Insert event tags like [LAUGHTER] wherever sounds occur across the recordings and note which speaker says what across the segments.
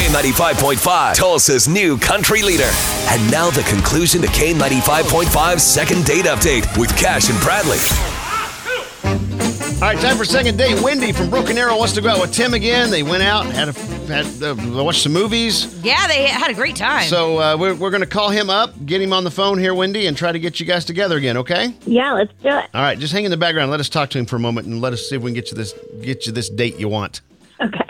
Speaker 1: K95.5, Tulsa's new country leader. And now the conclusion to K95.5's second date update with Cash and Bradley.
Speaker 2: All right, time for second date. Wendy from Broken Arrow wants to go out with Tim again. They went out, had a, had uh, watched some movies.
Speaker 3: Yeah, they had a great time.
Speaker 2: So uh, we're, we're going to call him up, get him on the phone here, Wendy, and try to get you guys together again. Okay?
Speaker 4: Yeah, let's do it.
Speaker 2: All right, just hang in the background. Let us talk to him for a moment, and let us see if we can get you this get you this date you want.
Speaker 4: Okay.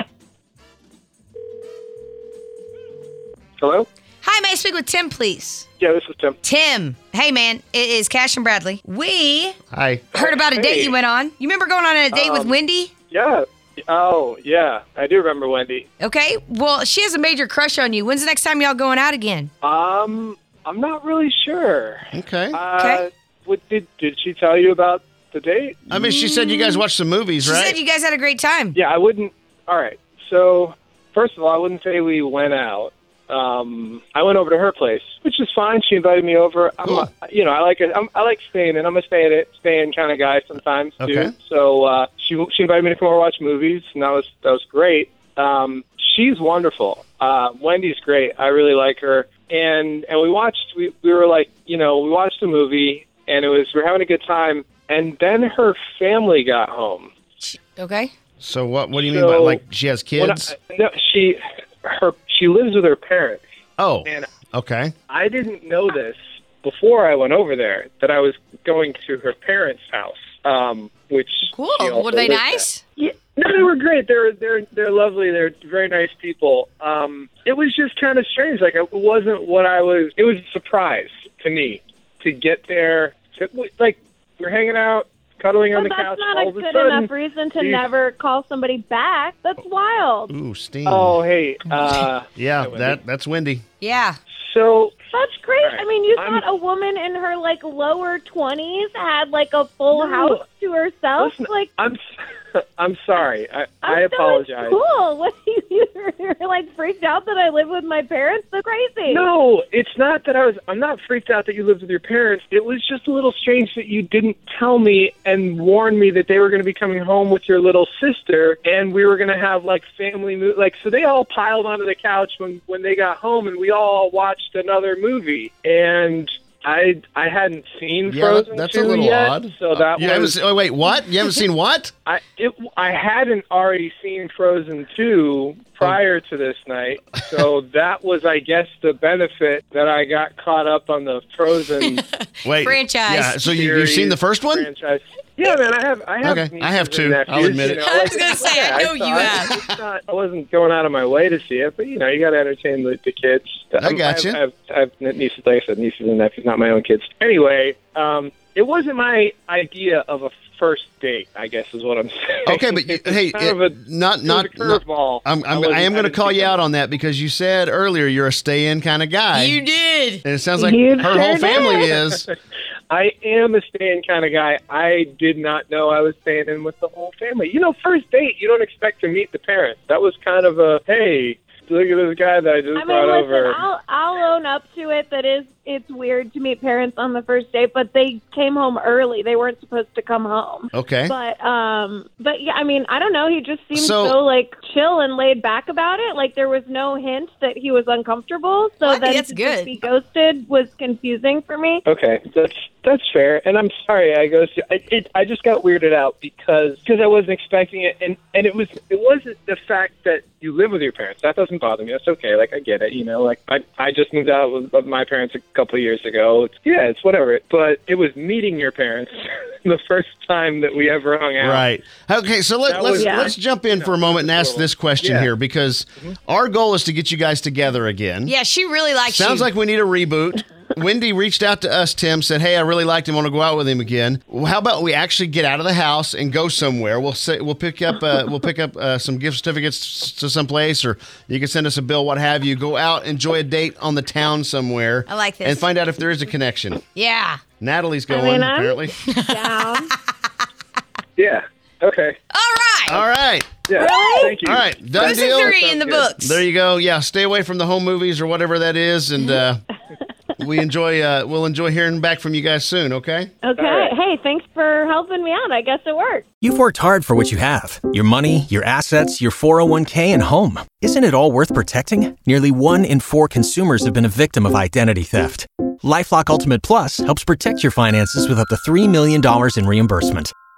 Speaker 5: Hello?
Speaker 3: Hi, may I speak with Tim, please?
Speaker 5: Yeah, this is Tim.
Speaker 3: Tim, hey man, it is Cash and Bradley. We
Speaker 2: Hi.
Speaker 3: heard about a date
Speaker 5: Hey.
Speaker 3: you went on. You remember going on a date with
Speaker 5: Um,
Speaker 3: Wendy?
Speaker 5: Yeah. Oh, yeah. I do remember Wendy.
Speaker 3: Okay. Well, she has a major crush on you. When's the next time y'all going out again?
Speaker 5: Um, I'm not really sure.
Speaker 2: Okay.
Speaker 5: Uh, what did did she tell you about the date?
Speaker 2: I mean, she said you guys watched some movies,
Speaker 3: She
Speaker 2: right?
Speaker 3: said you guys had a great time.
Speaker 5: [LAUGHS] Yeah, I wouldn't. All right. So, first of all, I wouldn't say we went out. Um, I went over to her place, which is fine. She invited me over. I'm,
Speaker 2: Cool.
Speaker 5: a- you know, I like it. I'm, I like staying in. I'm a stay in stay in kind of guy sometimes too.
Speaker 2: Okay.
Speaker 5: So uh, she she invited me to come over and watch movies, and that was that was great. Um, she's wonderful. Uh, Wendy's great. I really like her. And and we watched. We we were like, you know, we watched a movie, and it was we we're having a good time. And then her family got home.
Speaker 3: She- Okay.
Speaker 2: so what? What do you mean
Speaker 5: So-
Speaker 2: by like she has
Speaker 5: When I-
Speaker 2: kids?
Speaker 5: no, she her she lives with her parents,
Speaker 2: oh.
Speaker 5: and
Speaker 2: Okay.
Speaker 5: I didn't know this before I went over there that I was going to her parents' house. Um, which
Speaker 3: Cool.
Speaker 5: she also
Speaker 3: Were they
Speaker 5: lives at.
Speaker 3: nice?
Speaker 5: Yeah, no, they were great. They're they're they're lovely. They're very nice people. Um, it was just kind of strange. Like it wasn't what I was. It was a surprise to me to get there. To, like we're hanging out, cuddling on
Speaker 4: Well,
Speaker 5: the
Speaker 4: that's
Speaker 5: couch.
Speaker 4: not
Speaker 5: all
Speaker 4: a
Speaker 5: of a
Speaker 4: good
Speaker 5: sudden,
Speaker 4: enough reason to
Speaker 5: these-
Speaker 4: never call somebody back. That's wild.
Speaker 2: Ooh, steam.
Speaker 5: Oh hey, uh,
Speaker 2: yeah.
Speaker 5: Wendy.
Speaker 2: That that's Wendy.
Speaker 3: Yeah.
Speaker 5: so
Speaker 4: That's great.
Speaker 5: Right.
Speaker 4: I mean, you
Speaker 5: I'm-
Speaker 4: thought a woman in her like lower twenties had like a full
Speaker 5: No.
Speaker 4: house to herself.
Speaker 5: Listen,
Speaker 4: like,
Speaker 5: I'm s- [LAUGHS] I'm sorry. I,
Speaker 4: I'm
Speaker 5: I
Speaker 4: so
Speaker 5: apologize.
Speaker 4: Cool. [LAUGHS] What you you're like freaked out that I live with my parents? That's crazy.
Speaker 5: No, it's not that I was. I'm not freaked out that you lived with your parents. It was just a little strange that you didn't tell me and warn me that they were going to be coming home with your little sister, and we were going to have like family mo- like. So they all piled onto the couch when when they got home, and we all watched another movie. And I I hadn't seen
Speaker 2: Yeah,
Speaker 5: Frozen
Speaker 2: that's
Speaker 5: 2
Speaker 2: a little
Speaker 5: yet,
Speaker 2: odd.
Speaker 5: So that
Speaker 2: you haven't
Speaker 5: was
Speaker 2: seen- oh wait, what? You haven't seen what?
Speaker 5: I it, I hadn't already seen Frozen 2 prior to this night, so that was, I guess, the benefit that I got caught up on the Frozen
Speaker 2: Wait.
Speaker 3: Franchise.
Speaker 2: Yeah. So you, you've seen
Speaker 5: series
Speaker 2: the first one?
Speaker 5: franchise. Yeah, man, I have. I have.
Speaker 2: Okay, I
Speaker 5: nieces
Speaker 2: have
Speaker 5: and
Speaker 2: two. I'll
Speaker 5: nephews,
Speaker 2: admit it.
Speaker 5: you know,
Speaker 3: I was gonna say, I
Speaker 5: yeah,
Speaker 3: know you
Speaker 5: saw it.
Speaker 3: have.
Speaker 5: It's not- I wasn't going out of my way to see it, but you know, you got to entertain the, the kids. I'm-
Speaker 2: gotcha.
Speaker 5: I have, I have, I have nieces, like I said, nieces and nephews, not my own kids. Anyway, um, it wasn't my idea of a first date. I guess is what I'm [LAUGHS] saying.
Speaker 2: Okay, but you,
Speaker 5: It was
Speaker 2: hey,
Speaker 5: kind of
Speaker 2: it-
Speaker 5: a-
Speaker 2: not
Speaker 5: it was
Speaker 2: not.
Speaker 5: a curveball.
Speaker 2: I'm, I'm,
Speaker 5: I wasn't-
Speaker 2: I am
Speaker 5: I
Speaker 2: going to
Speaker 5: didn't
Speaker 2: call
Speaker 5: think
Speaker 2: you
Speaker 5: of
Speaker 2: out
Speaker 5: it.
Speaker 2: on that because you said earlier you're a stay-in kind of guy,
Speaker 3: You did.
Speaker 2: and it sounds like
Speaker 4: You
Speaker 2: her
Speaker 4: sure
Speaker 2: whole
Speaker 4: did.
Speaker 2: family
Speaker 4: [LAUGHS]
Speaker 2: is.
Speaker 5: I am a staying kind of guy. I did not know I was staying in with the whole family. You know, first date, you don't expect to meet the parents. That was kind of a hey, look at this guy that I just
Speaker 4: I mean,
Speaker 5: brought
Speaker 4: listen,
Speaker 5: over.
Speaker 4: I'll I'll own up to it. That is, it's weird to meet parents on the first date, but they came home early. They weren't supposed to come home.
Speaker 2: Okay.
Speaker 4: But um, but yeah, I mean, I don't know. He just seemed
Speaker 2: Eh? So-
Speaker 4: so, like chill and laid back about it. Like there was no hint that he was uncomfortable. So
Speaker 3: Well, I think
Speaker 4: then
Speaker 3: that's
Speaker 4: to
Speaker 3: good.
Speaker 4: just be ghosted was confusing for me.
Speaker 5: Okay, that's that's fair, and I'm sorry. I go. I, it, I just got weirded out because because I wasn't expecting it, and and it was it wasn't the fact that you live with your parents. That doesn't bother me. That's okay. Like I get it. You know, like I I just moved out with with my parents a couple of years ago. It's, yeah, it's whatever. But it was meeting your parents [LAUGHS] the first time that we ever hung out.
Speaker 2: Right. Okay, so let,
Speaker 5: That
Speaker 2: let's
Speaker 5: was-
Speaker 4: Yeah.
Speaker 2: let's jump in for a moment and ask this question
Speaker 5: Yeah. Mm-hmm.
Speaker 2: here because our goal is to get you guys together again.
Speaker 3: Yeah, she really likes you.
Speaker 2: Sounds like we need a reboot. Wendy reached out to us, Tim, said, Hey, I really liked him. want to go out with him again. Well, how about we actually get out of the house and go somewhere? We'll say, we'll pick up uh, we'll pick up uh, some gift certificates to some place, or you can send us a bill, what have you. Go out, enjoy a date on the town somewhere.
Speaker 3: I like this.
Speaker 2: And find out if there is a connection.
Speaker 3: Yeah.
Speaker 2: Natalie's going,
Speaker 4: mean, I'm-
Speaker 2: apparently.
Speaker 4: Down.
Speaker 5: Yeah. Okay.
Speaker 3: All right.
Speaker 2: All right.
Speaker 5: Yeah. Thank you.
Speaker 2: All right. Done
Speaker 3: Who's
Speaker 2: deal.
Speaker 3: in three in the
Speaker 5: Sounds good.
Speaker 3: books?
Speaker 2: There you go. Yeah, stay away from the home movies or whatever that is, and uh, we enjoy. Uh, we'll enjoy hearing back from you guys soon. Okay.
Speaker 4: [LAUGHS] Okay.
Speaker 5: right.
Speaker 4: Hey, thanks for helping me out. I guess it worked.
Speaker 6: You've worked hard for what you have your money, your assets, your 401k, and home. Isn't it all worth protecting? Nearly one in four consumers have been a victim of identity theft. Lifelock Ultimate Plus helps protect your finances with up to $3 million in reimbursement.